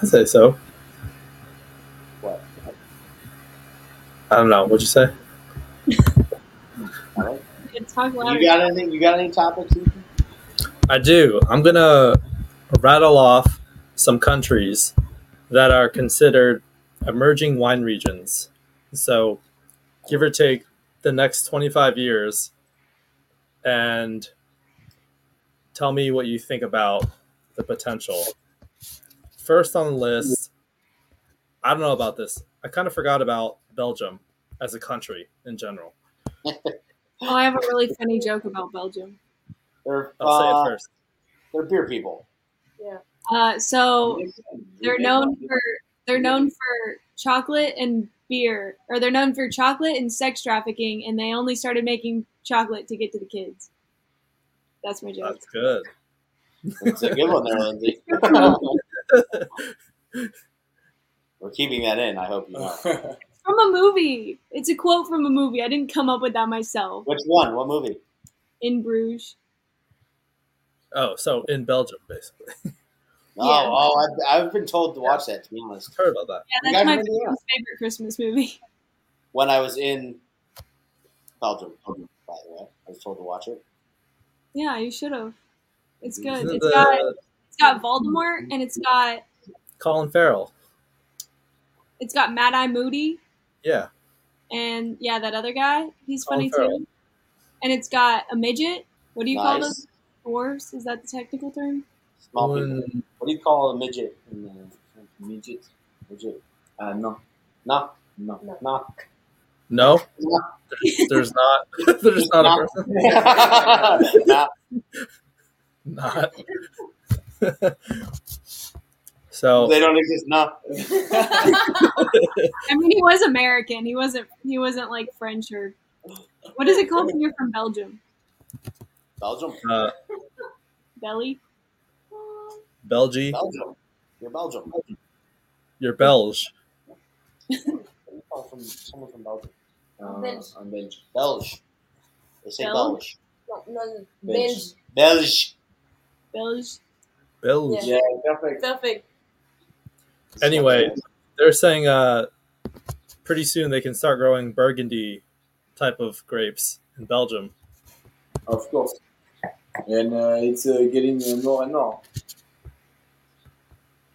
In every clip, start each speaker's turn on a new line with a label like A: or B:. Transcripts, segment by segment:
A: I say so.
B: What?
A: I don't know. What'd you say?
B: All right.
C: You can talk louder.
B: You got anything? You got any topics? Ethan?
A: I do. I'm gonna rattle off some countries that are considered emerging wine regions. So, give or take the next 25 years, and tell me what you think about the potential. First on the list, I don't know about this. I kind of forgot about Belgium as a country in general.
C: oh, I have a really funny joke about Belgium.
B: They're
A: I'll say
B: uh,
A: it first.
B: they're beer people.
C: Uh, so they're known for they're known for chocolate and beer, or they're known for chocolate and sex trafficking, and they only started making chocolate to get to the kids. That's my joke.
A: That's good.
B: It's a good one there, Lindsay. We're keeping that in. I hope you know.
C: It's from a movie. It's a quote from a movie. I didn't come up with that myself.
B: Which one? What movie?
C: In Bruges.
A: Oh, so in Belgium, basically.
C: Yeah.
B: Oh, oh, I've, I've been told to watch that. To be honest,
A: Heard about that.
C: Yeah,
B: You
C: that's
B: guys
C: my
B: remember that?
C: favorite Christmas movie.
B: when I was in Belgium, by the way, I was told to watch it.
C: Yeah, you should have. It's good.
A: Isn't it
C: It's
A: the
C: got it's got Voldemort and it's got
A: Colin Farrell?
C: it's got Mad Eye Moody.
A: Yeah.
C: and yeah, that other guy, he's
A: Colin
C: funny
A: Farrell.
C: too. And it's got a midget. What do you call
B: Nice.
C: those? Dwarfs? Is that the technical term?
B: Small people.
A: Colin-
B: What do you call a midget? In the,
D: Midget.
B: midget?
D: Uh, no,
B: No,
D: no.
B: no, no.
A: No, there's, there's not. There's not a person.
B: No.
A: Not. so
B: They don't exist. No.
C: I mean, he was American. He wasn't. He wasn't like French or. What is it called when you're from Belgium?
B: Belgium.
A: uh,
C: Belly.
A: Belgium,
B: Belgium. You're Belgium.
A: you're Belge.
B: You call from someone from Belgium.
D: Uh,
E: Bench.
D: I'm bench.
B: Belge. They say
C: Belge?
B: Belge.
E: No, no,
D: Bench.
E: Benj.
B: Belge.
C: Belge.
A: Belge.
E: Yeah.
D: Yeah, perfect.
E: Perfect.
A: Anyway, they're saying uh, pretty soon they can start growing Burgundy type of grapes in Belgium.
D: Of course. And uh, it's uh, getting uh, more and more.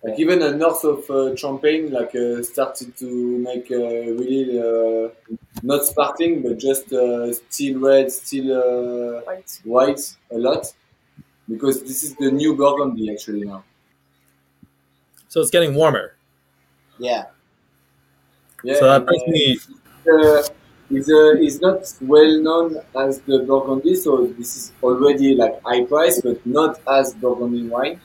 D: Like even the north of uh, Champagne, like uh, started to make uh, really uh, not sparkling, but just uh, still red, still uh,
E: Right.
D: white a lot, because this is the new Burgundy actually now.
A: So it's getting warmer.
B: Yeah.
D: Yeah,
A: so that
D: and,
A: brings
D: uh,
A: me.
D: uh, is uh, is not well known as the Burgundy, so this is already like high price, but not as Burgundy wine.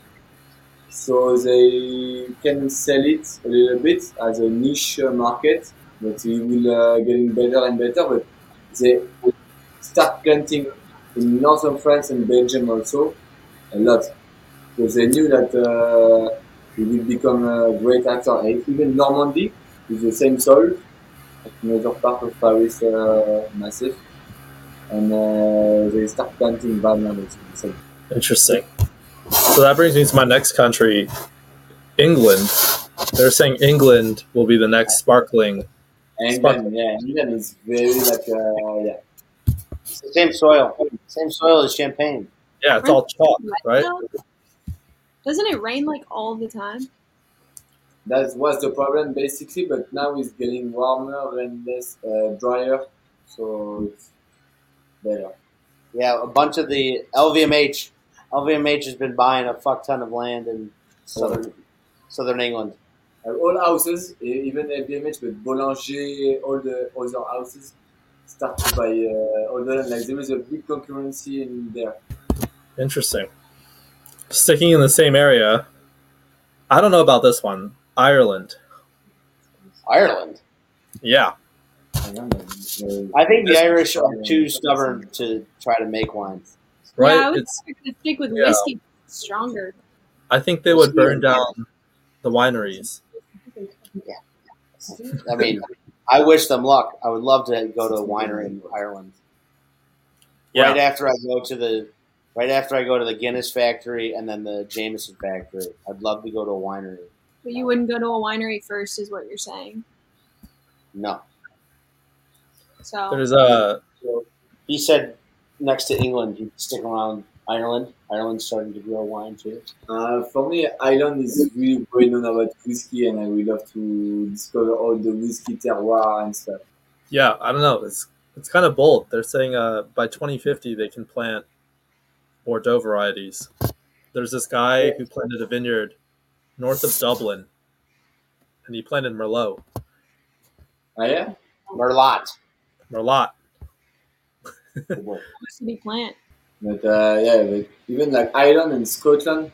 D: So they can sell it a little bit as a niche uh, market, but it will uh, getting better and better. But they start planting in northern France and Belgium also a lot because they knew that uh, it will become a great actor. And even Normandy is the same soil, another part of Paris uh, massive, and uh, they start planting Wagner also. So
A: Interesting. So that brings me to my next country, England. They're saying England will be the next sparkling.
D: England, yeah, England is very like uh, yeah.
B: It's the same soil. Same soil as Champagne.
A: Yeah, it's all chalk, right?
C: Doesn't it rain like all the time?
D: That was the problem basically, but now it's getting warmer and less uh, drier, so it's better.
B: Yeah, a bunch of the LVMH. LVMH has been buying a fuck ton of land in southern southern England.
D: Uh, all houses, e- even LVMH, but Boulanger, all the other houses started by uh, all the like there is a big concurrency in there.
A: Interesting. Sticking in the same area, I don't know about this one. Ireland.
B: Ireland.
A: Yeah.
D: I don't know, uh,
B: I think the Irish are too stubborn to try to make wine.
A: Right?
C: Yeah, I would
A: it's,
C: probably stick with
A: yeah.
C: whiskey. It's Stronger.
A: I think they would burn down the wineries.
B: I mean, I wish them luck. I would love to go to a winery in Ireland. Right after I go to the right after I go to the Guinness factory and then the Jameson factory. I'd love to go to a winery.
C: But you wouldn't go to a winery first, is what you're saying.
B: No.
C: So
A: There's a
B: He said next to England, he'd stick around Ireland. Ireland's starting to grow wine too.
D: Uh, for me, Ireland is really well known about whiskey, and I would love to discover all the whiskey terroir and stuff.
A: yeah, I don't know. It's it's kind of bold. They're saying uh, by 2050 they can plant Bordeaux varieties. There's this guy who planted a vineyard north of Dublin, and he planted Merlot.
D: Ah, yeah?
B: Merlot.
A: Merlot.
C: what should he plant?
D: But uh, yeah, but even like Ireland and Scotland,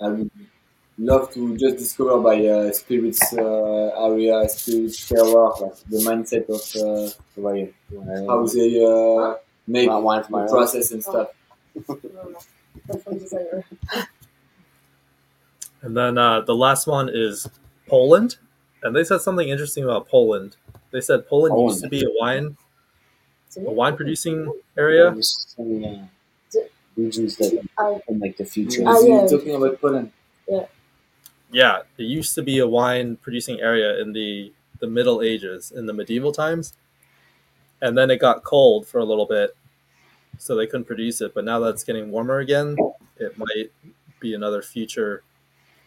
D: I would love to just discover by uh, spirits uh, area, spirits terroir, like the mindset of
B: Right. Right.
D: uh, how they uh, make
B: Not wine from
D: the
B: Ireland.
D: process and stuff.
A: And then uh, the last one is Poland. And they said something interesting about Poland. They said Poland,
B: Poland.
A: used to be a wine a wine producing area.
B: Just some, uh, regions that
E: I-
B: in like the future.
E: Ah,
D: Is he
E: yeah.
D: talking about Poland?
A: Yeah, it used to be a wine producing area in the the Middle Ages, in the medieval times. And then it got cold for a little bit, so they couldn't produce it. But now that it's getting warmer again, it might be another future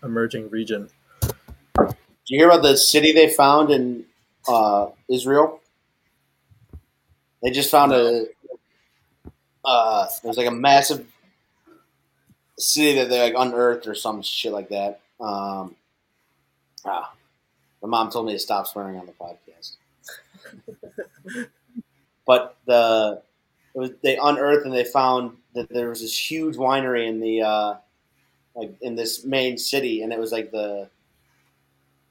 A: emerging region.
B: Do you hear about the city they found in uh, Israel? They just found a. Uh, it was like a massive city that they like unearthed or some shit like that. Um, ah, my mom told me to stop swearing on the podcast. but the it was, they unearthed and they found that there was this huge winery in the uh, like in this main city, and it was like the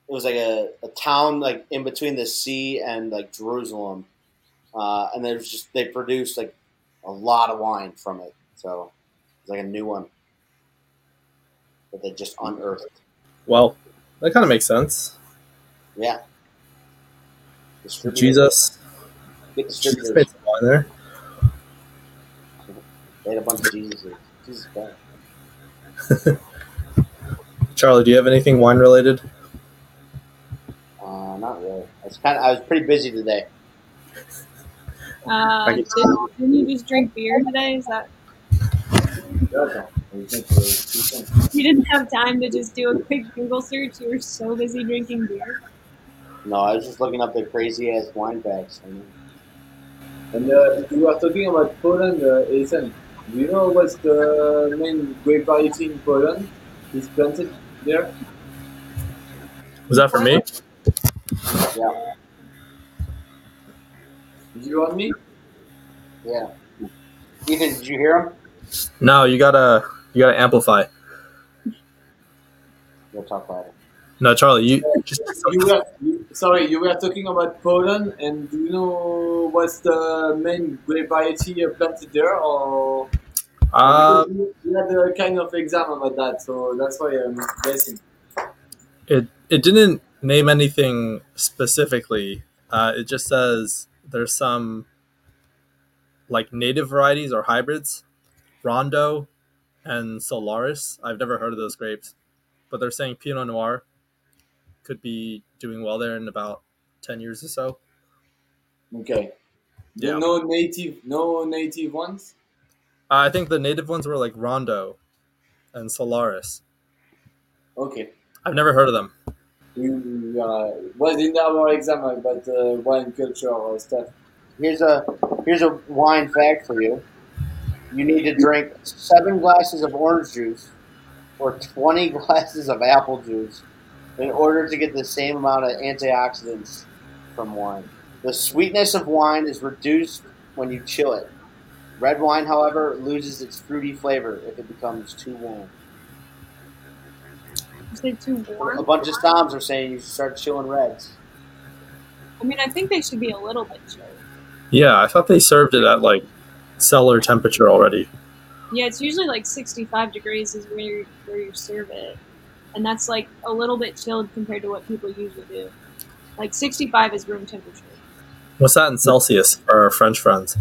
B: it was like a, a town like in between the sea and like Jerusalem, uh, and there's just they produced like a lot of wine from it. So it's like a new one that they just unearthed.
A: Well, that kind of makes sense.
B: Yeah, Distributed-
A: Jesus,
B: big
A: Jesus
B: distributors.
A: made some wine there.
B: They had a bunch of Jesus. Jesus Christ.
A: Charlie, do you have anything wine related?
B: Uh, not really. I was kind of I was pretty busy today.
C: Uh, did, didn't you just drink beer today? Is that
D: Yeah, I think, uh, Scotland.
C: you didn't have time to just do a quick Google search? You were so busy drinking beer.
B: No, I was just looking up their crazy ass wine bags. I mean,
D: And uh, you are talking about Poland, uh, Ethan. Do you know what's the main grape variety in Poland? Is planted there?
A: Was that for me?
D: Did you want me?
B: yeah. Ethan, did you hear him?
A: No, you gotta you gotta amplify.
B: We'll talk about it.
A: No, Charlie, you just
D: You were you, sorry. You were talking about Poland, and do you know what's the main grape variety uh, planted there? Or
A: um,
D: you you had a kind of exam about that, so that's why I'm guessing.
A: it it didn't name anything specifically. Uh, it just says there's some like native varieties or hybrids, Rondo and Solaris. I've never heard of those grapes, but they're saying Pinot Noir could be doing well there in about ten years or so.
D: Okay.
A: Yeah.
D: No native, no native ones.
A: Uh, I think the native ones were like Rondo and Solaris.
D: Okay.
A: I've never heard of them.
D: We uh, was in our exam about uh, wine culture or stuff.
B: Here's a here's a wine fact for you. You need to drink seven glasses of orange juice or twenty glasses of apple juice in order to get the same amount of antioxidants from wine. The sweetness of wine is reduced when you chill it. Red wine, however, loses its fruity flavor if it becomes too warm.
C: Is it too
B: A
C: warm?
B: bunch of Stoms are saying you should start chilling reds.
C: I mean, I think they should be a little bit chilled.
A: Yeah, I thought they served it at like cellar temperature already.
C: Yeah, it's usually like 65 degrees is where you, where you serve it, and that's like a little bit chilled compared to what people usually do. Like 65 is room temperature.
A: What's that in Celsius for our French friends?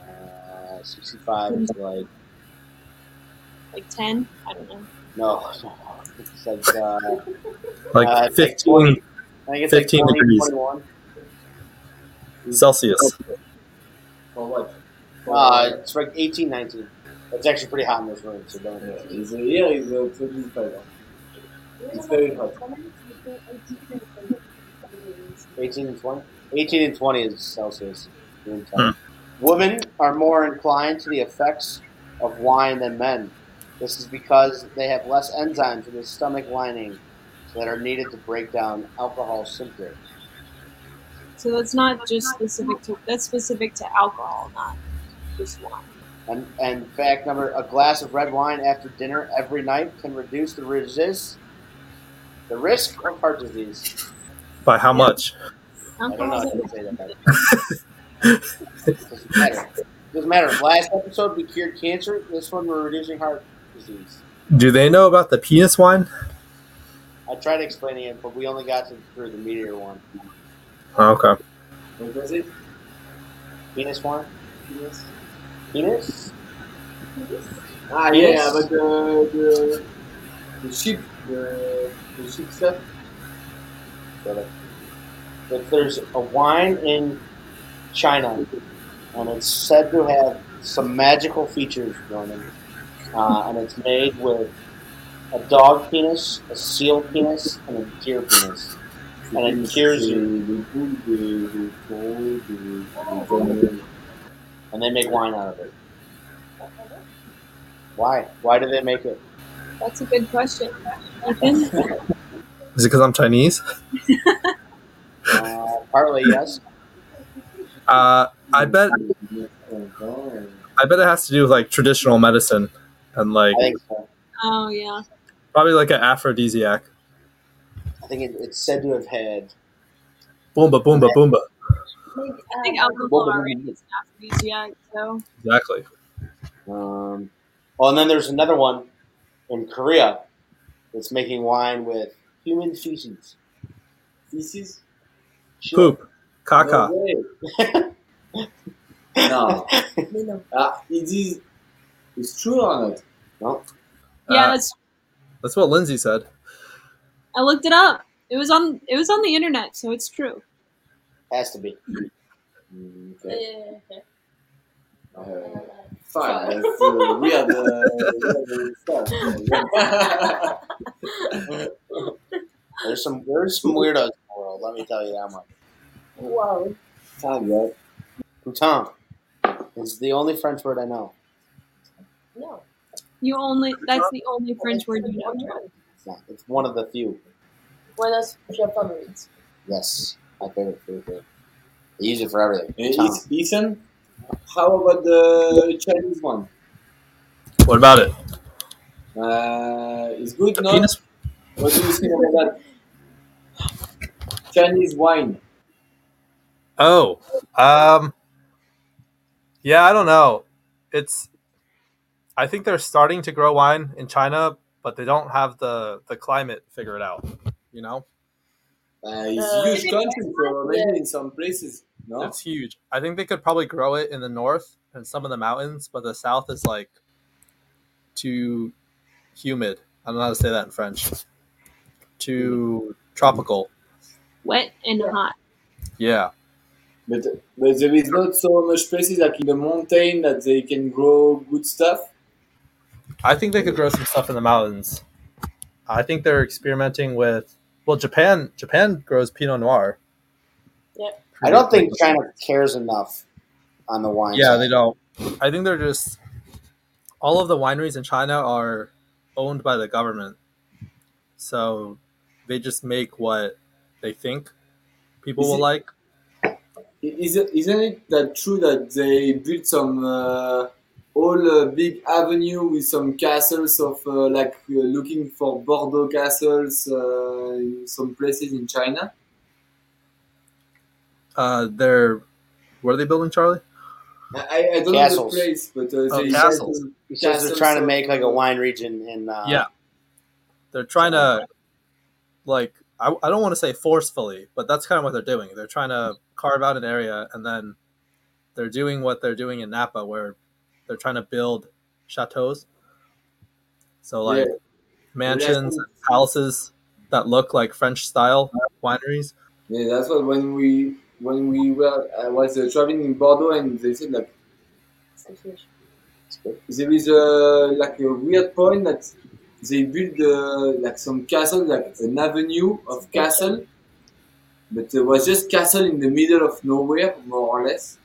B: Uh, Sixty-five is like
C: Like 10, I don't know.
B: no, It's like, uh,
A: like
B: Uh, it's like
A: 15
B: I think it's
A: 15
B: like 20,
A: degrees.
B: 21.
A: Celsius.
D: For what? For-
B: Uh, it's like 18, 19. It's actually pretty hot in this room, so don't.
D: yeah, it's a, here is a 25. It's very hot.
B: 18 and 20. 18 and 20 is Celsius. room temp.
A: Hmm.
B: Women are more inclined to the effects of wine than men. This is because they have less enzymes in the stomach lining that are needed to break down alcohol symptoms.
C: So that's not just specific to that's specific to alcohol, not just wine.
B: And, and fact number a glass of red wine after dinner every night can reduce the resist the risk of heart disease.
A: By how much?
B: I don't know. I didn't
C: Alcohol's
B: say that. Doesn't matter. Doesn't matter. Last episode we cured cancer. This one we're reducing heart disease.
A: Do they know about the penis wine?
B: I tried explaining it, but we only got to through the meteor one.
A: Oh, okay.
D: What was it?
B: Penis one.
D: Yes.
B: Penis.
D: Ah, yeah,
B: Yes.
D: but the, the, the ship, the, the ship stuff.
B: But but there's a wine in China, and it's said to have some magical features, Ronan. Uh, and it's made with a dog penis, a seal penis, and a deer penis. And it cures you.
D: The pool, the, the coal, the, the,
B: and they make wine out of it. Why? Why do they make it?
C: That's a good question. Oh, Ethan,
A: Is it because I'm Chinese?
B: Uh, partly yes.
A: Uh, I bet. I bet it has to do with like traditional medicine and like
B: I think uh, so.
C: oh yeah,
A: probably like an aphrodisiac.
B: I think it, it's said to have had.
A: Boomba, boomba, boomba.
C: I think alcohol already is an aphrodisiac. So
A: Exactly.
B: Um, oh, and then there's another one in Korea that's making wine with human feces.
D: Feces?
B: Sure.
A: Poop. Caca.
D: No. way. no. Ah, it is. It's true or not?
C: yeah,
A: Uh,
C: that's,
A: That's what Lindsay said.
C: I looked it up. It was on it was on the internet, so it's true.
B: Has to be.
D: Mm, okay.
E: Yeah.
D: Uh, fine. That's uh, weird, uh, weird stuff.
B: There's some there's some weirdos in the world. Let me tell you that much.
E: Wow.
D: Time, right?
B: Putain is the only French word I know.
E: No.
C: You only that's the only French word you know. Trev.
B: It's, not, it's one of the few.
E: What else Japan reads?
B: Yes, my favorite food. word. They use it for everything.
D: Uh,
B: Putain.
D: Eth- Ethan, how about the Chinese one?
A: What about it?
D: Uh, it's good,
A: The
D: no?
A: penis.
D: What do you think about that? Chinese wine.
A: Oh. Um. Yeah, I don't know. It's. I think they're starting to grow wine in China, but they don't have the the climate figured out. You know,
D: Uh, it's
E: Uh,
D: huge country, so maybe in some places, no?
A: it's huge. I think they could probably grow it in the north and some of the mountains, but the south is like too humid. I don't know how to say that in French. Too tropical.
C: Wet and hot.
A: Yeah.
D: But, but there is not so much places like in the mountain that they can grow good stuff.
A: I think they could grow some stuff in the mountains. I think they're experimenting with well, Japan. Japan grows Pinot Noir.
E: Yeah.
B: I don't think China cares enough on the wine.
A: Yeah,
B: side.
A: they don't. I think they're just all of the wineries in China are owned by the government, so they just make what they think people
D: Is
A: will
D: it-
A: like.
D: I- Is it, isn't it that true that they built some uh, whole uh, big avenue with some castles of uh, like uh, looking for Bordeaux castles uh, in some places in China?
A: Uh, they're what are they building, Charlie?
D: I, I don't
B: Castles.
D: know the place, but uh,
A: Oh,
D: they
A: castles.
B: because they're trying to make like a wine region in uh,
A: Yeah. They're trying to like I, I don't want to say forcefully, but that's kind of what they're doing. They're trying to carve out an area and then they're doing what they're doing in Napa where they're trying to build chateaus. So like
D: Yeah.
A: mansions, and houses that look like French style wineries.
D: Yeah, that's what when we when we were I was uh, traveling in Bordeaux and they said like
E: situation.
D: there is a like a weird point that they build uh, like some castle like an avenue of castle, but it was just castle in the middle of nowhere more or less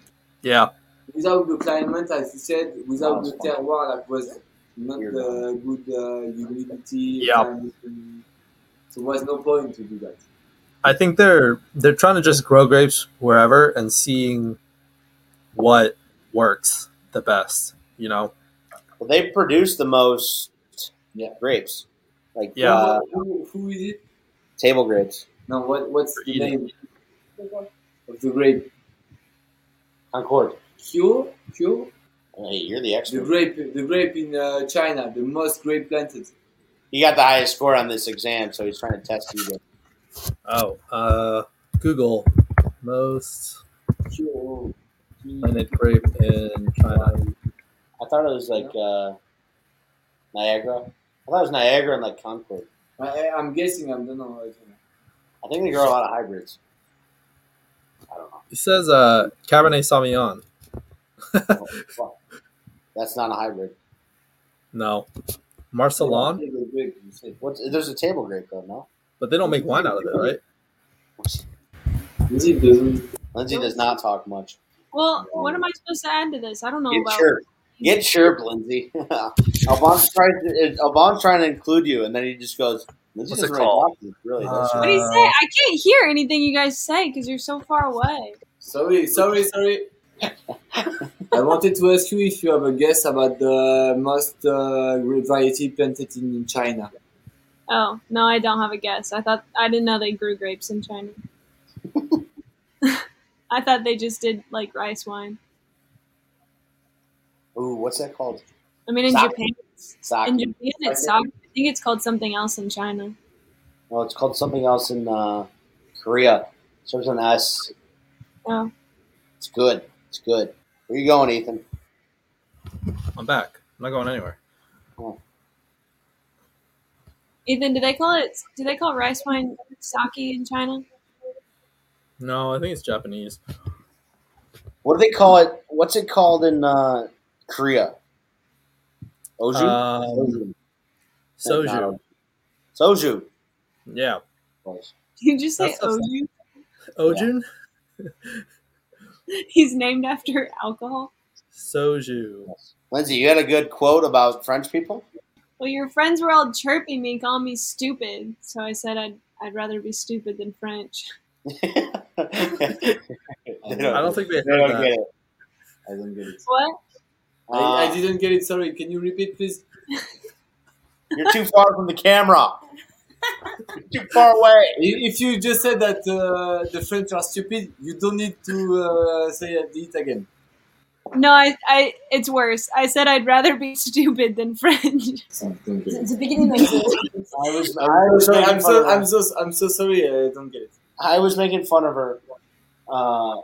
A: Yeah,
D: without the climate as you said without
B: Oh,
D: the
B: that's fun.
D: terroir like was not
B: Weird.
D: uh, good uh, humidity.
A: Yeah.
D: climate, and So was no point to do that.
A: I think they're they're trying to just grow grapes wherever and seeing what works the best. You know,
B: Well, they produce the most
D: Yeah.
B: grapes, like
A: Yeah.
B: uh,
D: who, who is it?
B: table grapes,
D: No, what what's the
A: Eating.
D: name
E: Because
D: of the grape?
B: Concord.
D: Kyo, Kyo,
B: Hey, you're the
D: the
B: expert.
D: grape, the grape in uh, China, the most grape planted.
B: He got the highest score on this exam, so he's trying to test you. to-
A: oh, uh, Google most
D: Kyo.
A: planted grape in China.
B: I thought it was like uh, Niagara. I thought it was Niagara and like Concord.
D: I, I- I'm guessing. I don't know. I don't know.
B: I think they grow a lot of hybrids. I don't know.
A: It says uh, Cabernet Sauvignon.
B: Fuck. That's not a hybrid.
A: No, Marcelon,
D: The grape, you said.
B: What's, there's a table grape though, no?
A: but they don't make wine out of it, right?
D: Is it the-
B: Lindsay does not talk much.
C: Well, what am I supposed to add to this? I don't know
B: Get
C: about.
B: chirped. Get chirped, Lindsay. Alban's trying to Alban's trying to include you, and then he just goes. Lindsay
A: What's it
B: doesn't really
A: called?
B: talk to us, Really, does she?
C: What do you say? I can't hear anything you guys say because you're so far away.
D: Sorry, sorry, sorry. I wanted to ask you if you have a guess about the most uh, grape variety planted in China.
C: Oh no, I don't have a guess. I thought I didn't know they grew grapes in China. I thought they just did like rice wine.
B: Ooh, what's that called?
C: I mean, in
B: Sake.
C: Japan, it's, in
B: Sake.
C: Japan it's sake. I think it's called something else in China.
B: No, it's called something else in uh, Korea. Starts with an S.
C: Oh.
B: It's good. It's good. Where you going, Ethan?
A: I'm back. I'm not going anywhere.
C: Ethan, do they call it? Do they call rice wine sake in China?
A: No, I think it's Japanese.
B: What do they call it? What's it called in uh, Korea? Oju.
A: Um,
B: Soju.
A: soju.
B: Soju.
A: Yeah.
C: You just say
A: That's so
C: Oju.
A: Ojun?
C: He's named after alcohol.
A: Soju.
B: Lindsay, you had a good quote about French people.
C: Well, your friends were all chirping me, calling me stupid. So I said I'd I'd rather be stupid than French.
B: They
A: I don't think they heard
B: They don't
A: that.
B: get it.
D: I don't get it.
C: What?
D: I,
B: Uh,
D: I didn't get it. Sorry. Can you repeat, please?
B: You're too far from the camera. You're too far away.
D: If if you just said that uh, the French are stupid, you don't need to uh, say it again.
C: No, I, I, it's worse. I said I'd rather be stupid than French.
E: It's the beginning of the
B: I was, I
D: I'm
B: was
D: so,
B: making fun
D: I'm so,
B: of
D: I'm
B: her.
D: so, I'm so sorry. I don't get it.
B: I was making fun of her. Uh,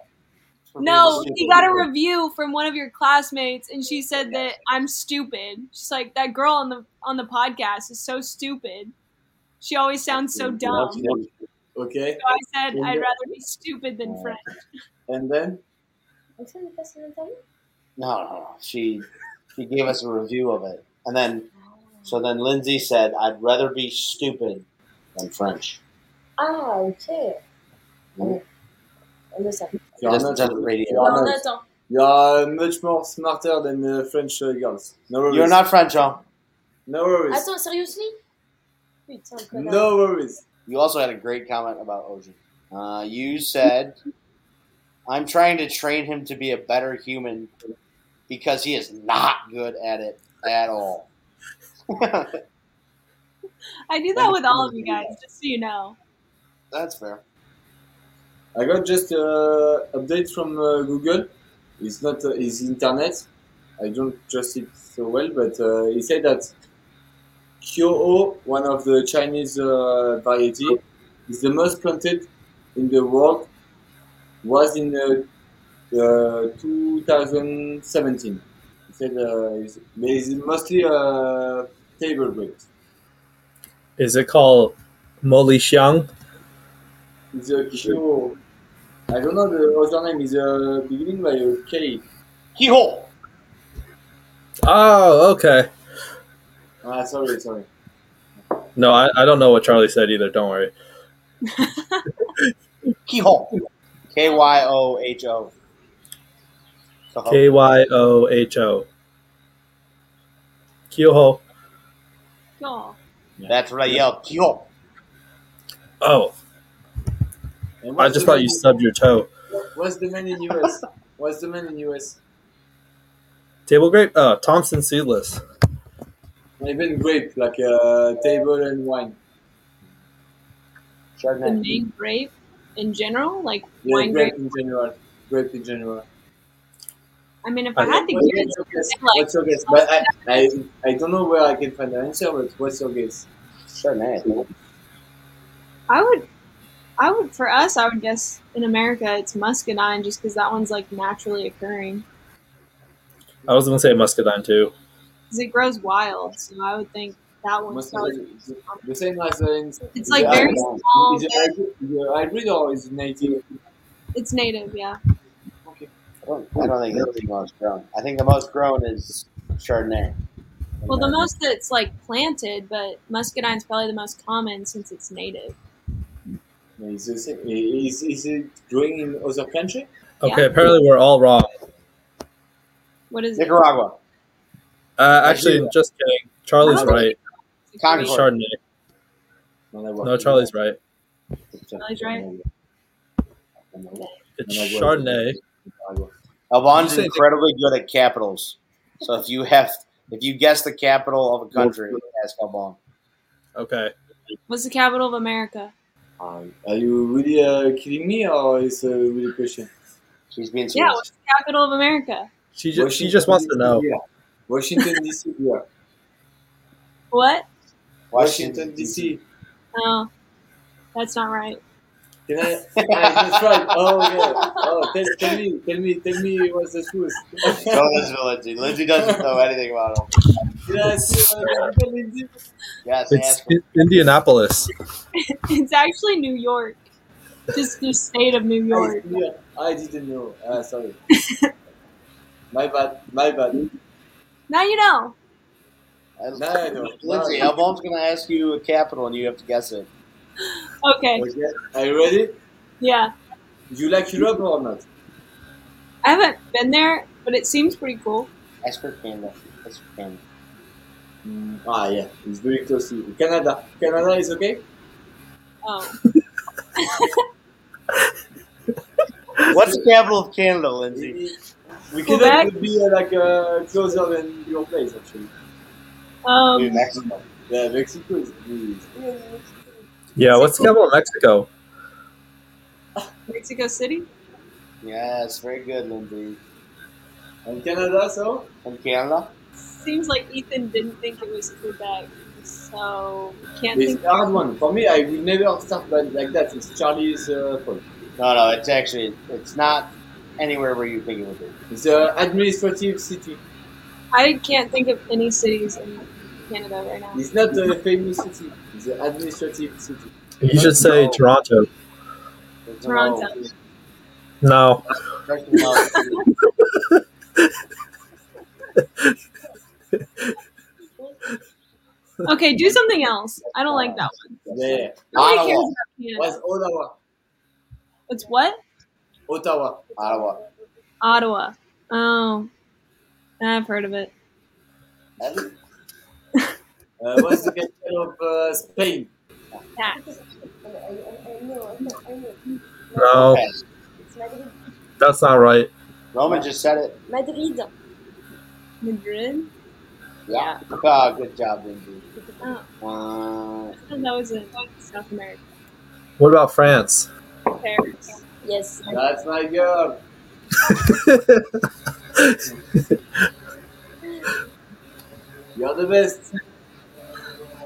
B: for being
C: No,
B: stupid.
C: he got a review from one of your classmates, and she said that I'm stupid. She's like that girl on the on the podcast is so stupid. She always sounds so dumb. So
D: Okay.
C: I said I'd rather be stupid than French.
D: And then
E: season.
B: No, no, no. She she gave us a review of it, and then so then Lindsay said, "I'd rather be stupid than French."
E: Ah, ok. Oh,
B: Mm.
E: On the side.
D: you are,
B: Just
D: not,
B: just radio.
D: You're
E: Well,
D: not-
E: attends.
D: you are much more smarter than uh, French uh, girls. No worries.
B: You're not French, huh?
D: No worries.
E: Attends, seriously Putain, connard.
D: No worries.
B: You also had a great comment about Oji. Uh, you said, "I'm trying to train him to be a better human because he is not good at it at all."
C: I do that with all of you guys, just so you know.
B: That's fair.
D: I got just uh, update from uh, Google. It's not uh, his internet. I don't trust it so well, but uh, he said that Kyo, one of the Chinese uh, variety, is the most planted in the world. Was in uh, uh, 2017. He said uh, it's, but it's mostly uh, table grapes.
A: Is it called Moli Xiang?
D: The Q. I don't know the other name. Is uh, beginning by a K.
B: Keyhole.
A: Oh, okay.
D: Ah, sorry, sorry.
A: No, I, I don't know what Charlie said either. Don't worry.
B: Keyhole. K Y O H O.
A: K Y O H O. Kyoho.
C: Y'all.
B: That's what I yelled. Keyhole.
A: Oh,
D: And
A: I
D: what's
A: just
D: the
A: thought
D: man
A: you
D: in-
A: stubbed your toe.
D: What's the man in US? what's the man in US?
A: Table grape? Oh, Thompson seedless.
D: Even grape, like uh, table and wine.
C: The
B: Chardonnay.
C: main grape in general, like
D: Yeah,
C: wine grape.
D: grape in general. Grape in general.
C: I mean, if
A: I
C: I had to
D: What's
C: guess,
D: your guess?
C: like-
D: What's your guess? But I, I, I don't know where I can find the answer. But what's your guess?
B: Chardonnay. I think.
C: I would, I would for us, I would guess in America it's muscadine, just because that one's like naturally occurring,
A: I was going to say muscadine too.
C: 'Cause it grows wild. So I would think that one's
D: Must
C: probably.
D: be the- the same as in.
C: Oh, It's like
D: Yeah,
C: very
D: yeah.
C: small.
D: Is it hybrid, is it hybrid or is it native?
C: It's native, yeah.
D: Okay.
B: I don't, I don't think that's the most grown. I think the most grown is Chardonnay.
C: Well, the most that's like planted, but muscadine's probably the most common since it's native.
D: No, Is, the same. is, is it growing in other country?
A: Okay, apparently we're all wrong.
C: What is it?
B: Nicaragua.
A: Uh, actually, just kidding. Charlie's right.
B: Concord.
A: It's Chardonnay.
D: No, that
A: No,
D: was-
A: Charlie's right.
C: Charlie's right.
A: It's Chardonnay.
B: Alban's
A: You say-
B: incredibly good at capitals. So if you have, if you guess the capital of a country, ask Alban.
A: Okay.
C: What's the capital of America?
D: Um, Are you really uh, kidding me or is a real question?
B: She's being
C: Yeah,
B: serious.
C: what's the capital of America?
A: She just, she just wants to know.
D: Yeah. Washington DC. Yeah.
C: What?
D: Washington DC.
C: No, that's not right.
D: Can I? I that's right. Oh yeah. Oh, tell, tell me, tell me, tell me what's the truth.
B: Go listen to Lindsay. Lindsay doesn't know anything about him.
D: yes. uh, tell me.
B: Yes,
A: It's
B: ask him.
A: I- Indianapolis.
C: It's actually New York, just the state of New York.
D: Yeah, I didn't know. Uh, sorry. my bad. My bad.
C: Now you know.
D: No, I don't.
B: Lindsay, Alban's going to ask you a capital and you have to guess it.
C: Okay,
D: Okay. Are you ready?
C: yeah.
D: You like Europe or not?
C: I haven't been there, but it seems pretty cool.
B: Ask for Canada. Ask for Canada.
D: Ah, yeah. It's very close to you. Canada. Canada is okay.
C: Oh,
B: What's the capital of Canada, Lindsay?
D: We could
C: Quebec?
D: be uh, like uh, closer than your place actually.
B: New
C: um,
B: Mexico.
D: Yeah, Mexico is. is-
A: Yeah, what's the capital of Mexico?
C: Mexico City.
B: Yes, very good, Lindsay.
D: And Canada, so
B: From Canada?
C: Seems like Ethan didn't think it was Quebec, so can't
D: it's
C: think.
D: a hard one for me. I will never start by, like that. It's Charlie's uh, fault.
B: No, no, it's actually, it's not anywhere where you think it would be.
D: It's an administrative city.
C: I can't think of any cities in Canada right now.
D: It's not a famous city. It's an administrative city.
A: You should say
D: No.
A: Toronto.
B: It's a
C: Toronto.
B: no.
A: No.
B: Especially no.
C: Okay, do something else. I don't like that one.
D: Yeah.
C: Nobody cares
B: Ottawa.
C: about Canada.
D: What's Ottawa?
C: It's what?
D: Ottawa.
B: Ottawa.
C: Ottawa. Oh, I've heard of it.
D: Uh, what's the capital of uh, Spain?
C: Tax.
A: No,
B: Okay.
E: It's Madrid.
A: that's not right.
B: Roman just said it.
E: Madrid.
C: Madrid.
B: Yeah. Oh, good job, Lindsay.
C: Oh,
B: Uh,
C: I thought that was in South America.
A: What about France?
C: Paris.
E: Yes.
D: That's my girl. You're the best.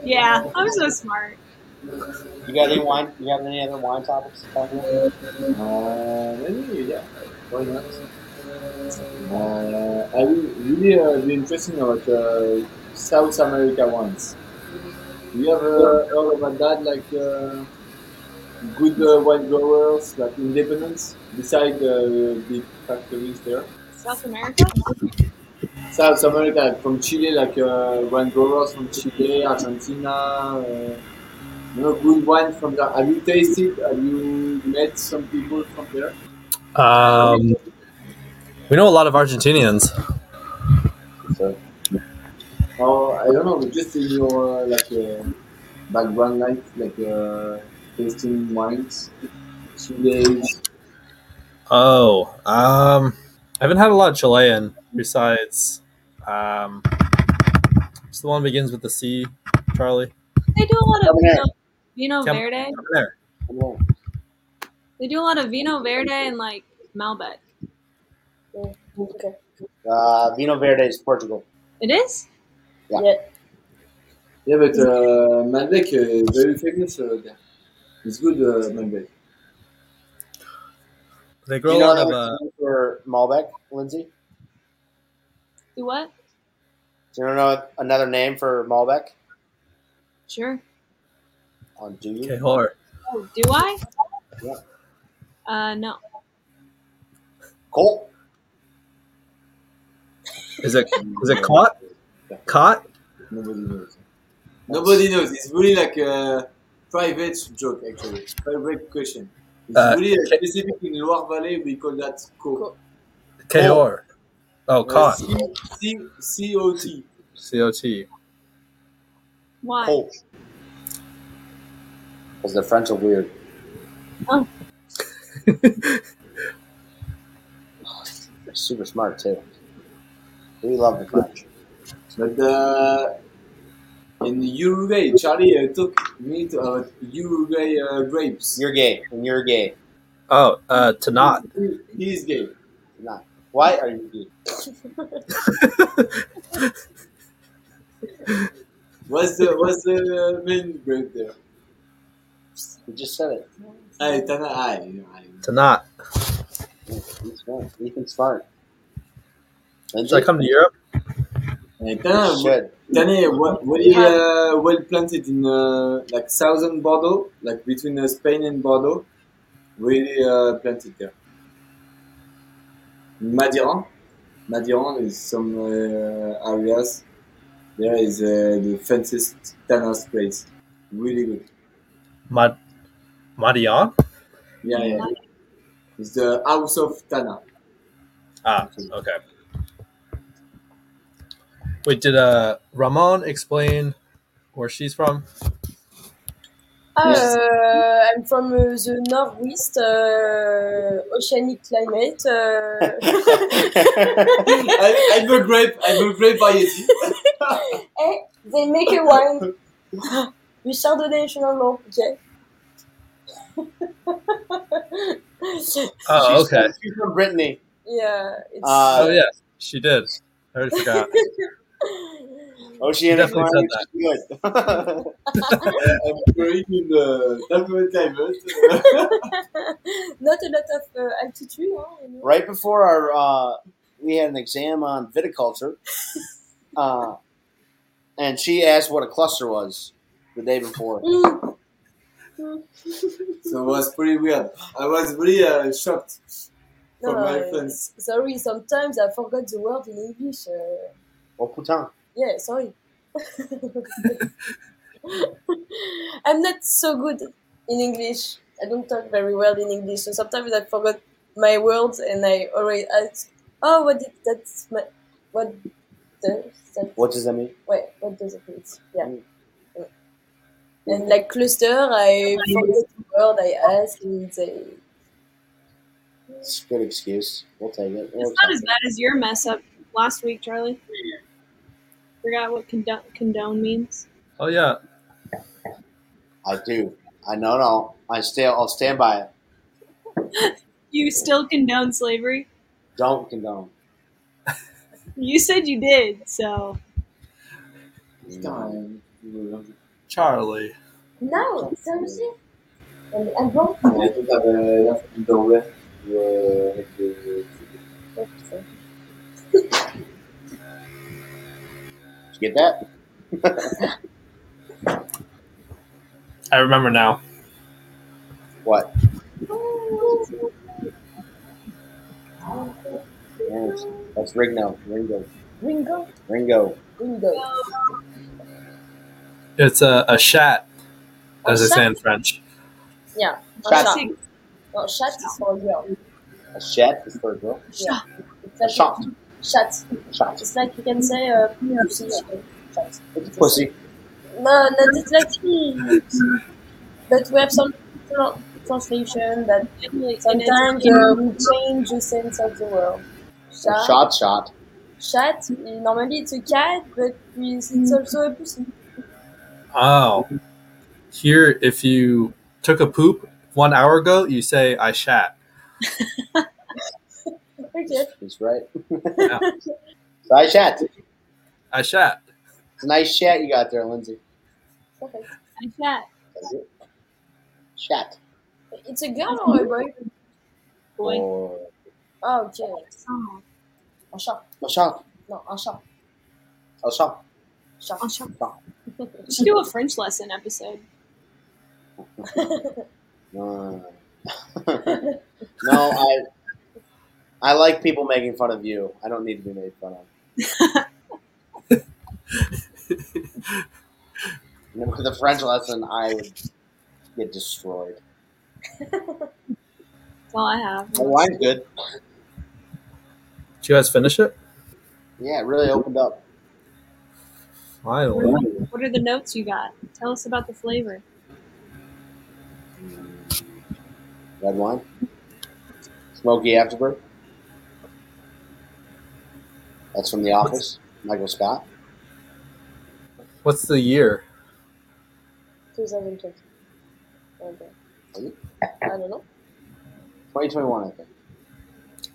C: Yeah, I'm so smart.
B: you got any wine? You have any other wine topics? to talk about?
D: Uh, maybe, yeah. Why not? Uh, I will really uh, be interesting about uh, South America once. We have uh, heard about that, like uh, good uh, wine growers, like independents, beside uh, big factories there.
C: South America?
D: South America, like from Chile, like uh, wine growers from Chile, Argentina. Uh, you know, good wine from there. Have you tasted? Have you met some people from there?
A: Um, we know a lot of Argentinians.
D: So, oh, I don't know, but just in your uh, like uh, background, like like uh, tasting wines, Chile.
A: Oh, um, I haven't had a lot of Chilean besides, um, it's the one that begins with the C, Charlie.
C: They do a lot of
B: Cabernet.
C: Vino, Vino
A: Cam-
C: Verde.
A: Cabernet.
C: They do a lot of Vino Verde and like Malbec.
E: Okay.
B: Uh, Vino Verde is Portugal.
C: It is?
B: Yeah.
E: Yeah.
D: Yeah, but uh, Malbec uh, very famous uh, there. It's good uh, Malbec.
A: They
B: Do
A: grow
B: you
A: a
B: know
A: lot
B: that
A: of.
B: was
A: Uh,
B: named for Malbec, Lindsay?
C: Do what?
B: Do you know another name for Malbec?
C: Sure.
B: Oh, do you?
A: Quejor.
C: Oh, do I?
B: Yeah.
C: Uh, no.
B: Cool.
A: Is it is it caught? Caught?
D: Mm, Nobody knows. Nobody knows. It's really like a private joke, actually. Private question. It's
A: Uh,
D: really like
A: okay.
D: specific in Loire Valley. We call that co. Uh,
A: Kor. Oh, caught.
D: C C C O T.
A: C O T.
C: Why?
D: Oh,
B: Cool. Because the French are weird.
A: Oh.
B: They're super smart, too. We love the French.
D: But uh, in Uruguay, Charlie uh, took me to uh, Uruguay uh, grapes.
B: You're gay, and you're gay.
A: Oh, uh, to not.
D: He's gay.
B: You're not. Why are you gay?
D: What's the what's the main grape there?
B: You just said it.
D: I, Tana, I, you know, I.
A: To not.
B: He's smart. Ethan's smart. Lindsay?
A: Should I come to Europe?
D: Uh,
B: You
D: Tana,
B: should.
D: Danny, what, what is uh, well planted in uh, like southern Bordeaux, like between uh, Spain and Bordeaux, really uh, planted there. Madiran, Madiran is some uh, areas. There is uh, the fanciest Tana's place, really good.
A: Mad Madian?
D: Yeah, yeah. It's the house of Tana.
A: Ah, okay. Wait, did uh Ramon explain where she's from?
E: Uh, I'm from uh, the northwest, uh, oceanic climate. Uh,
D: I, I do grape, I do grape variety.
E: hey, they make a wine with Chardonnay Chenin Blanc, okay?
A: Oh,
B: She's
A: okay.
B: from- She's from Brittany.
E: yeah, it's
B: Uh,
A: Oh yeah, she did. I already forgot.
B: Oceanic
A: He definitely
B: language is good.
D: I'm growing in the temperate climate.
E: not a lot of uh, altitude. Huh, you know?
B: right before our uh, we had an exam on viticulture uh, and she asked what a cluster was the day before
E: Mm.
D: So it was pretty weird. I was really uh, shocked
E: No,
D: from my
E: uh,
D: friends.
E: sorry, sometimes I forgot the word in English. Uh,
B: oh putain
E: yeah, sorry. I'm not so good in English. I don't talk very well in English, so sometimes I forgot my words and I already ask, "Oh, what did that's my what the that,
B: what does that mean
E: wait what does it mean?" Yeah. And like cluster, I forget the word I ask and they
B: it's a good excuse we'll take it
C: It's not as bad as your mess up last week, Charlie. Forgot what condone, condone means.
A: Oh yeah.
B: i do i know no i stay i'll stand by it
C: You still condone slavery?
B: don't condone
C: You said you did, so.
D: Time.
A: Charlie.
E: no seriously. And I'm wrong.
D: I don't have enough underwear to, uh, to-
B: Did you get that
A: I remember now.
B: What? That's Ringo. Ringo.
E: Ringo,
B: Ringo.
E: Ringo.
A: It's a, a chat, as it's in French.
E: Yeah. Un
B: Chat.
E: chat. No, chat is for girl.
B: A chat is for a girl.
E: It's
B: A
E: like
B: shot.
E: Chat.
B: Chat.
E: It's like you can say uh, pussy. Chat.
B: It's a pussy.
E: No, not it's like But we have some tra- translation that sometimes uh, we change the sense of the word. Chat.
B: Shot, shot.
E: Chat. Normally it's a cat, but we- it's also a pussy.
A: Oh. Here, if you took a poop one hour ago, you say, I shat.
E: Okay.
B: He's right. Nice chat. It's
A: I shat.
B: a nice chat you got there, Lindsay.
E: Okay.
C: Like that.
B: That's it. Chat.
E: It's a girl
C: Oh,
E: or a boy?
C: Boy.
B: Or-
E: Ah, okay.
C: Oh,
E: Un chat.
B: A shot.
E: Non, un chat.
B: A shot.
E: Chat.
C: I'll shut up. We should do a French lesson episode.
B: No, I. I like people making fun of you. I don't need to be made fun of. And With a French lesson, I would get destroyed.
C: That's all I have.
B: My wine's good.
A: Did you guys finish it?
B: Yeah, it really opened up.
A: Finally.
C: What are the notes you got? Tell us about the flavor.
B: Red wine. Smoky Afterbirth. That's from The Office. Michael Scott.
A: What's the year?
E: 2020. Okay.
B: Are you-
E: I don't know.
B: 2021, I think.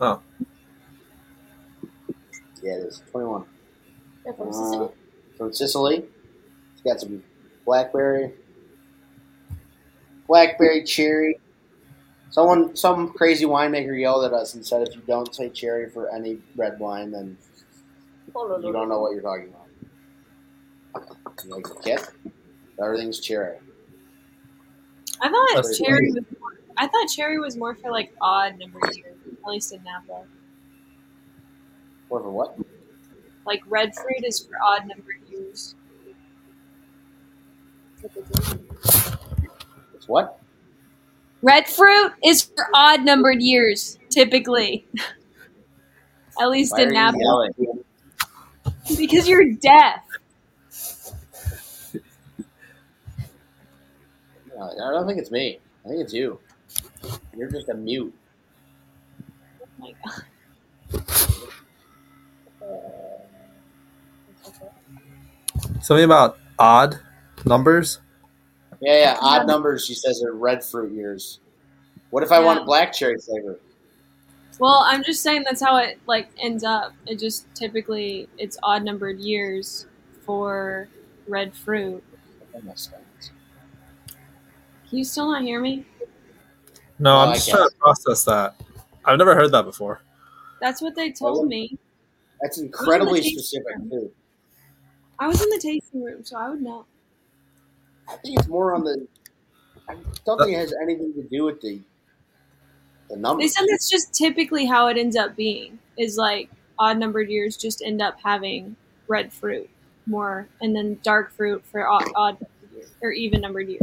A: Oh.
B: Yeah, it is. 21.
E: Yeah, from
B: Uh,
E: Sicily.
B: from Sicily. It's got some blackberry, blackberry cherry. Someone, some crazy winemaker yelled at us and said, "If you don't say cherry for any red wine, then
E: Oh, no, no,
B: you don't know what you're talking about." I'm Like kid, everything's cherry.
C: I thought
A: That's
C: cherry was more, I thought cherry was more for like odd numbers here, at least in Napa.
B: Or for what?
C: Like red fruit is for odd number years.
B: It's what?
C: Red fruit is for odd numbered years, typically. At least
B: Why are
C: in
B: you
C: Napa.
B: yelling?
C: Because you're deaf.
B: Uh, I don't think it's me. I think it's you. You're just a mute.
C: Oh my God.
A: Something about odd numbers?
B: Yeah, yeah. Odd numbers. She says are red fruit years. What if I want
C: Yeah.
B: a black cherry flavor?
C: Well, I'm just saying that's how it like ends up. It just typically it's odd numbered years for red fruit.
B: Oh my stomachs.
C: Can you still not hear me?
A: No,
B: Oh,
A: I'm
B: I
A: just
B: guess.
A: trying to process that. I've never heard that before.
C: That's what they told me.
B: That's incredibly
C: Who's in the
B: specific
C: tasting
B: too.
C: I was in the tasting room, so I would know.
B: I think it's more on the. I don't think it has anything to do with the the
C: They
B: numbers.
C: said that's just typically how it ends up being. Is like odd numbered years just end up having red fruit more, and then dark fruit for odd, odd years, or even numbered years.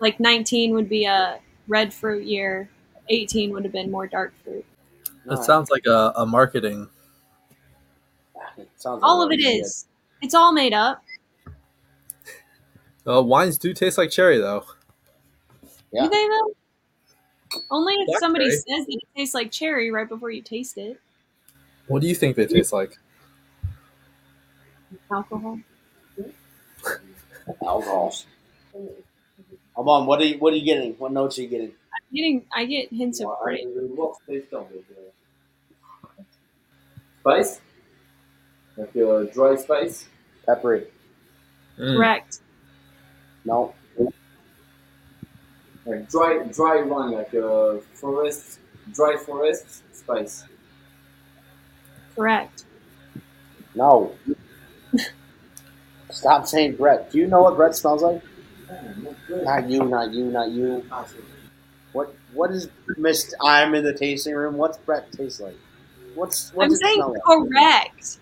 C: Like 19 would be a red fruit year. 18 would have been more dark fruit.
A: It sounds like a, a marketing.
B: It sounds
C: All of
B: like
C: it is. It's all made up.
A: Uh, wines do taste like cherry, though.
B: Yeah.
C: Do they though? Only if
A: Blackberry.
C: somebody says that it tastes like cherry right before you taste it.
A: What do you think they taste like?
C: Alcohol.
B: alcohol.
E: no.
B: Come on, what are you what are you getting? What notes are you getting?
C: I'm getting I get hints of grape.
D: Spice? Like uh, dry spice?
B: Peppery.
A: Mm.
C: Correct.
B: No.
D: Like dry, dry one, like uh, forest, dry forest spice.
C: Correct.
B: No. Stop saying Brett. Do you know what Brett smells like? Not you, not you, not you. What what is Miss? I'm in the tasting room. What's Brett taste like? What's what
C: I'm
B: does it
C: saying
B: smell like?
C: correct.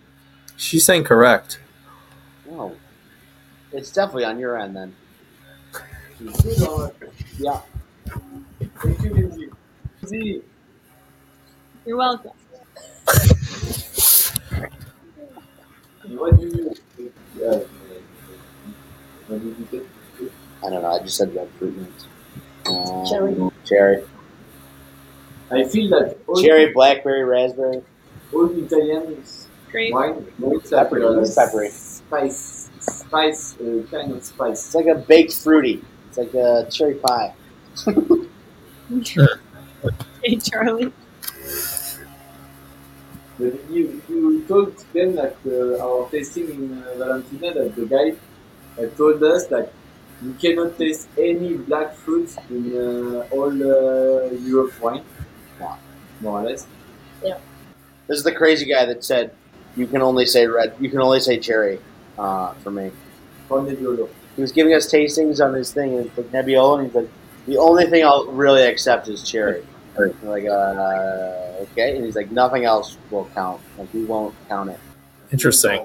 A: She's saying correct.
B: No, it's definitely on your end then. Yeah,
D: Thank you, Lindsay. Lindsay,
C: You're welcome.
D: what do you? Yeah. What did you get?
B: I don't know. I just said red fruit mint. Um,
E: Cherry.
B: cherry,
D: I feel that all,
B: cherry, blackberry, raspberry.
D: all Italians
C: Great.
D: wine notes have
B: Peppery,
D: a
B: it's peppery.
D: spice, spice, uh, kind of
B: It's
D: spice.
B: like a baked fruity. It's like a cherry pie.
C: Hey, Charlie.
D: But you, you told them that uh, our tasting in uh, Valentina that the guy uh, told us that you cannot taste any black fruit in uh, all uh, Europe wine,
B: Wow.
D: more or less.
B: This is the crazy guy that said you can only say red. You can only say cherry uh, for me.
D: From the Yolo.
B: he was giving us tastings on this thing and it's like Nebbiolo, and he's like, the only thing I'll really accept is cherry. And we're like, uh, okay. And he's like, nothing else will count. Like, we won't count it.
A: Interesting.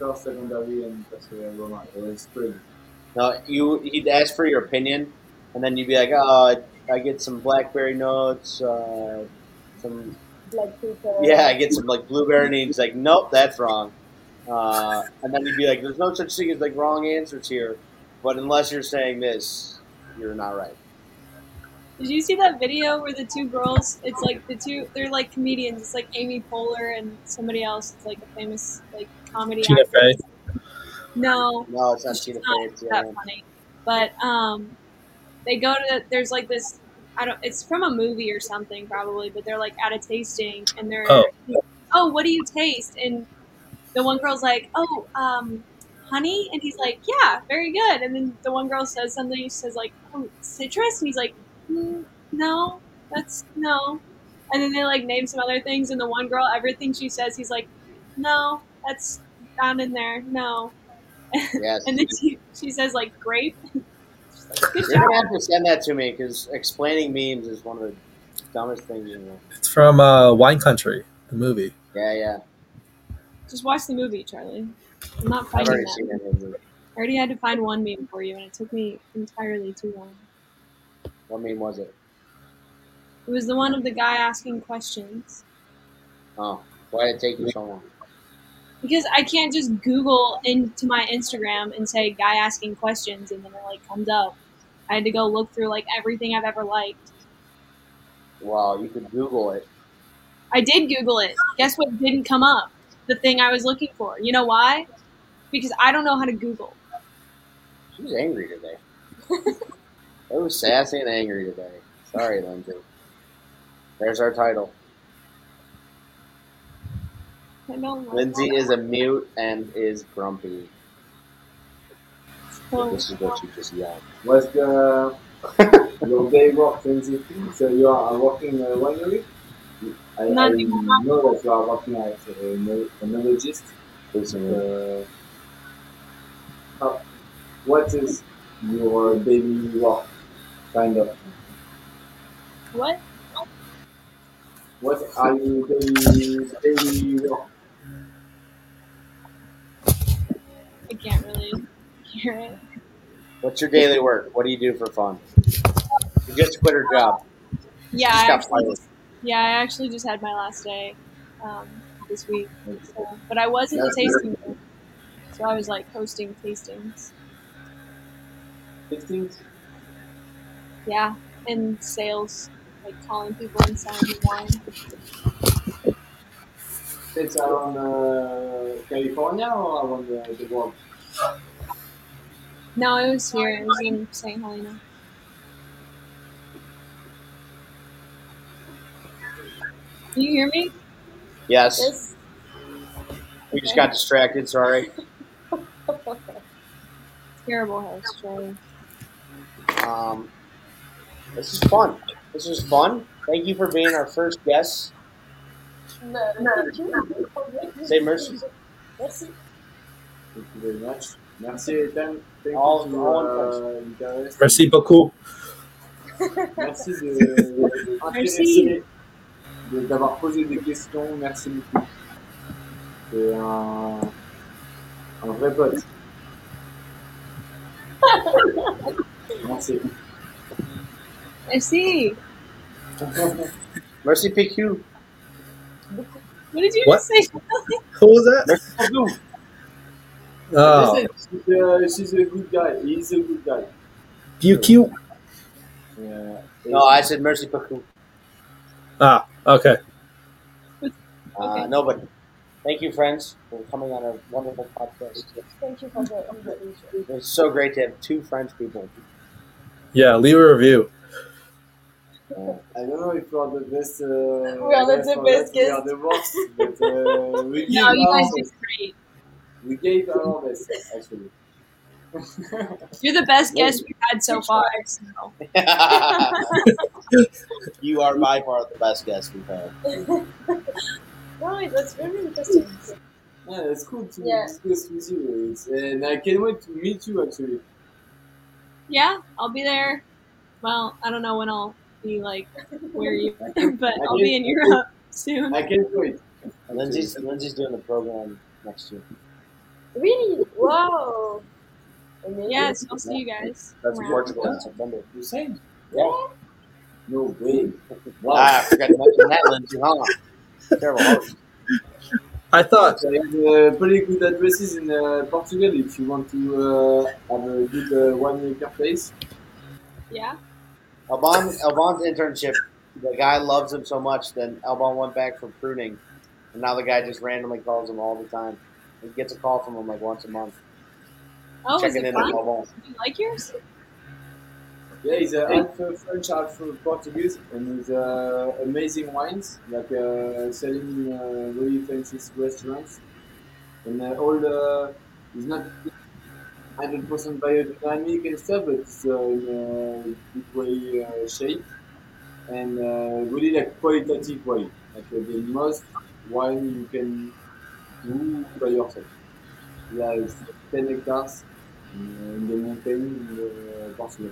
D: First, secondary, and tertiary Roma. Uh, It's pretty.
B: No, you. He'd ask for your opinion, and then you'd be like, oh, I get some blackberry notes, uh, some
E: Black pepper.
B: yeah, I get some like blueberry. And he's like, nope, that's wrong. Uh, and then you'd be like, there's no such thing as like wrong answers here, but unless you're saying this, you're not right.
C: Did you see that video where the two girls? It's like the two. They're like comedians. It's like Amy Poehler and somebody else. It's like a famous like comedy.
A: Tina
C: actress. No,
B: No, it's not Tina Fey. It's,
C: it's not
B: um,
C: that
B: yeah.
C: funny. But um, they go to there's like this. I don't. It's from a movie or something probably. But they're like at a tasting and they're
A: Oh.
C: oh, what do you taste? And the one girl's like, oh, um, honey. And he's like, yeah, very good. And then the one girl says something. She says like, oh, citrus. And he's like, mm, no, that's no. And then they like name some other things. And the one girl, everything she says, he's like, no, that's not in there. No.
B: Yes.
C: And then she, she says like grape. She's like, good
B: You're
C: job.
B: gonna have to send that to me because explaining memes is one of the dumbest things in the world.
A: It's from uh, Wine Country, the movie.
B: Yeah, yeah.
C: Just watch the movie, Charlie. I'm not
B: I've
C: fighting
B: already
C: that.
B: seen that movie.
C: I already had to find one meme for you, and it took me entirely too long.
B: What meme was it?
C: It was the one of the guy asking questions.
B: Oh, why did it take you so long?
C: Because I can't just Google into my Instagram and say guy asking questions and then it like comes up. I had to go look through like everything I've ever liked.
B: Wow, you could Google it.
C: I did Google it. Guess what didn't come up? The thing I was looking for. You know why? Because I don't know how to Google.
B: She was angry today. I was sassy and angry today. Sorry, Lindsay. There's our title.
C: I don't know.
B: Lindsay is a mute and is grumpy.
C: So,
B: This is what she just yelled.
D: Was the your day work, Lindsay? So you are working uh, winery? I, I
C: Not anymore.
D: know that you are working as a no- enologist.
B: Listen,
D: Uh, how- what is your daily work? Kind of.
C: what?
D: What are your daily, daily work?
C: I can't really hear it.
B: What's your daily work? What do you do for fun? You just quit her job.
C: Yeah,
B: Just
C: I
B: got
C: actually
B: fired.
C: just, yeah, I actually just had my last day um, this week. So, but I was in the
D: That's
C: tasting room, so I was like hosting tastings.
D: Fifteenth?
C: Yeah, and sales, like calling people and selling them wine.
D: It's around uh, California or around the, the world?
C: No, it was here. It was in St. Helena. Do you hear me?
B: Yes.
E: Yes.
B: We just got distracted. Sorry.
C: Terrible host, Charlie.
B: Um, this is fun. This was fun. Thank you for being our first guest.
E: No, thank you.
B: Say merci.
E: Merci.
D: Thank you very much. Merci, Ethan. Thank
B: All-
D: you to,
B: all
D: uh, interest.
A: Merci beaucoup.
D: Merci de, de- de-
C: Merci.
D: de- d'avoir posé des questions. Merci beaucoup. C'est un, un vrai pote. Merci.
C: Merci.
B: Mercy PQ.
C: What did you
A: What?
C: say?
A: Who was that?
D: Just
A: Oh,
D: saying, she's, a, she's a good guy. He's a good guy.
A: you cute.
D: Yeah.
B: No, I said Mercy PQ.
A: Ah, okay.
B: Uh,
C: Okay.
B: No, but thank you, friends, for coming on a wonderful podcast.
E: Thank you for the invitation.
B: It's so great to have two French people.
A: Yeah, leave a review.
D: I don't know if we are the best. Uh,
E: We are not the
D: or
E: best
D: We are
E: guest.
D: the worst, but uh, we gave
C: No, you
D: our
C: guys did
D: best.
C: great.
D: We gave our best actually.
C: You're the best guest we've had so far. So.
B: you are by far the best guest we've had.
E: no, it was very interesting.
D: Yeah, it's cool to
E: Yeah.
D: discuss with you. It's, and I can't wait to meet you actually.
C: Yeah, I'll be there. Well, I don't know when I'll be like where you, but I'll be in Europe soon.
D: I can't wait.
B: Lindsay's, Lindsay's doing the program next year.
E: Really? Wow. Amazing.
C: Yes, I'll see you guys.
B: That's
C: around.
B: Portugal in September.
D: You saying?
B: Yeah.
D: No way. Wow.
B: Ah, I forgot to mention that, Lindsay, huh? Terrible host.
A: I thought
D: There is, uh, pretty good addresses in uh, Portugal if you want to uh, have a good uh, one acre place.
C: Yeah.
B: Alban, Alban's internship, the guy loves him so much, then Alban went back for pruning. And now the guy just randomly calls him all the time. He gets a call from him like once a month,
C: Oh, is
B: checking
C: it
B: in
C: fun?
B: on Alban.
C: Do you like yours?
D: Yeah, he's uh, half uh, French, half uh, Portuguese, and he's uh, amazing wines, like uh, selling in uh, really fancy restaurants. And uh, all the, he's not 100% biodynamic and stuff, but it's uh, in a good way uh, shape, and uh, really like qualitative wine, like uh, the most wine you can do by yourself. Yeah, it's 10 hectares in, in the mountain in uh, Portugal.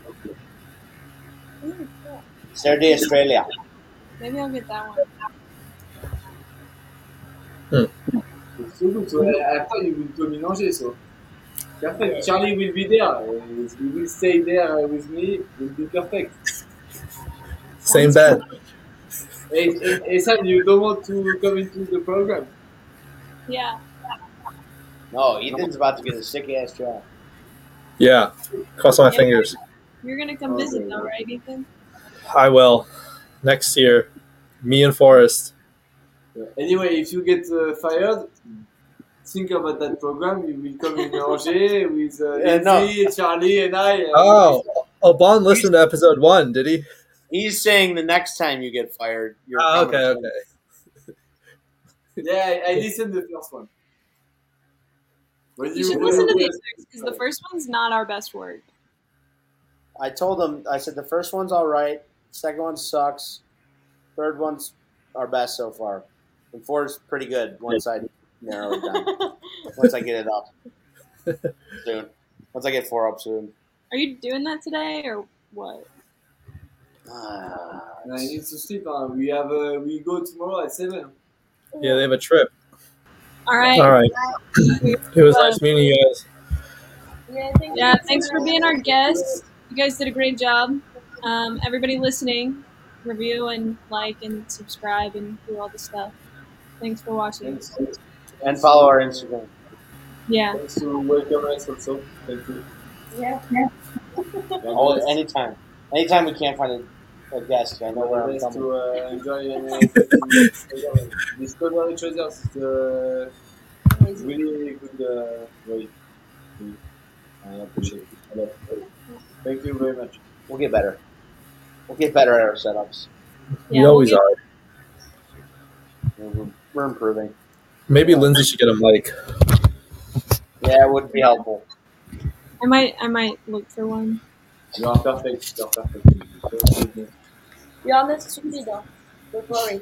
B: Saturday, Australia.
C: Maybe I'll get that one.
D: It's so good. So I, I thought you would come in Angers, so. Perfect. Charlie will be there. Uh, He will stay there uh, with me. It will be perfect.
A: same bed.
D: Hey, hey, hey, Sam, you don't want to come into the program?
C: Yeah.
B: No, Ethan's about to get a sick ass job.
A: Yeah, cross my fingers.
C: You're gonna come
D: Okay,
C: visit though,
D: yeah.
C: right, Ethan?
A: I will next year. Me and Forrest.
D: Yeah. Anyway, if you get uh, fired, think about that program. You will come in Angers with uh,
B: Yeah, no.
D: Lindsay, Charlie, and I. and-
A: Oh, Alban listened to episode one, did he?
B: He's saying the next time you get fired, you're
A: Oh,
B: coming.
A: okay, okay.
D: Yeah, I, I listened the first one. When
C: You should listen to the
D: when-
C: others because the first one's not our best work.
B: I told him, I said, the first one's all right. Second one sucks. Third one's our best so far. And four's pretty good once I narrow it down. once I get it up soon. Once I get four up soon.
C: Are you doing that today or what?
B: Ah,
D: I need to sleep. Huh? We have uh, we go tomorrow at seven.
A: Yeah, they have a trip.
C: All right.
A: All right. It was nice meeting you guys.
E: Yeah, thank
C: Yeah,
E: you.
C: thanks for being our guest. You guys did a great job. Um, everybody listening, review and like and subscribe and do all the stuff. Thanks for watching.
D: Thanks.
B: and follow our Instagram.
C: Yeah.
D: Thanks to welcome us also. Thank you.
E: Yeah.
B: Oh, anytime. Anytime we can't find a, a guest, I know where I'm
D: Nice
B: coming.
D: to uh, enjoy and uh, discover each other. It's uh,
E: Amazing.
D: really good uh, way. I appreciate it. a lot. Thank you very much.
B: We'll get better. We'll get better at our setups.
A: We
C: Yeah, we'll
A: always
C: be-
A: are.
B: We're, we're- Mm-hmm. we're improving.
A: Maybe Lindsay should get a mic.
B: Yeah, it would be helpful.
C: I might I might look for one.
D: You are perfect. You are perfect.
E: You are not stupid, huh? don't worry.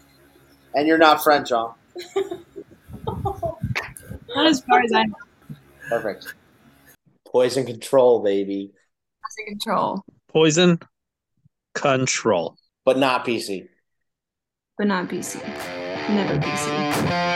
B: And you're not French, huh?
C: Not as far as I
B: Perfect. Poison control, baby,
C: Poison control,
A: Poison control.
B: but not PC.
C: but not PC. Never PC.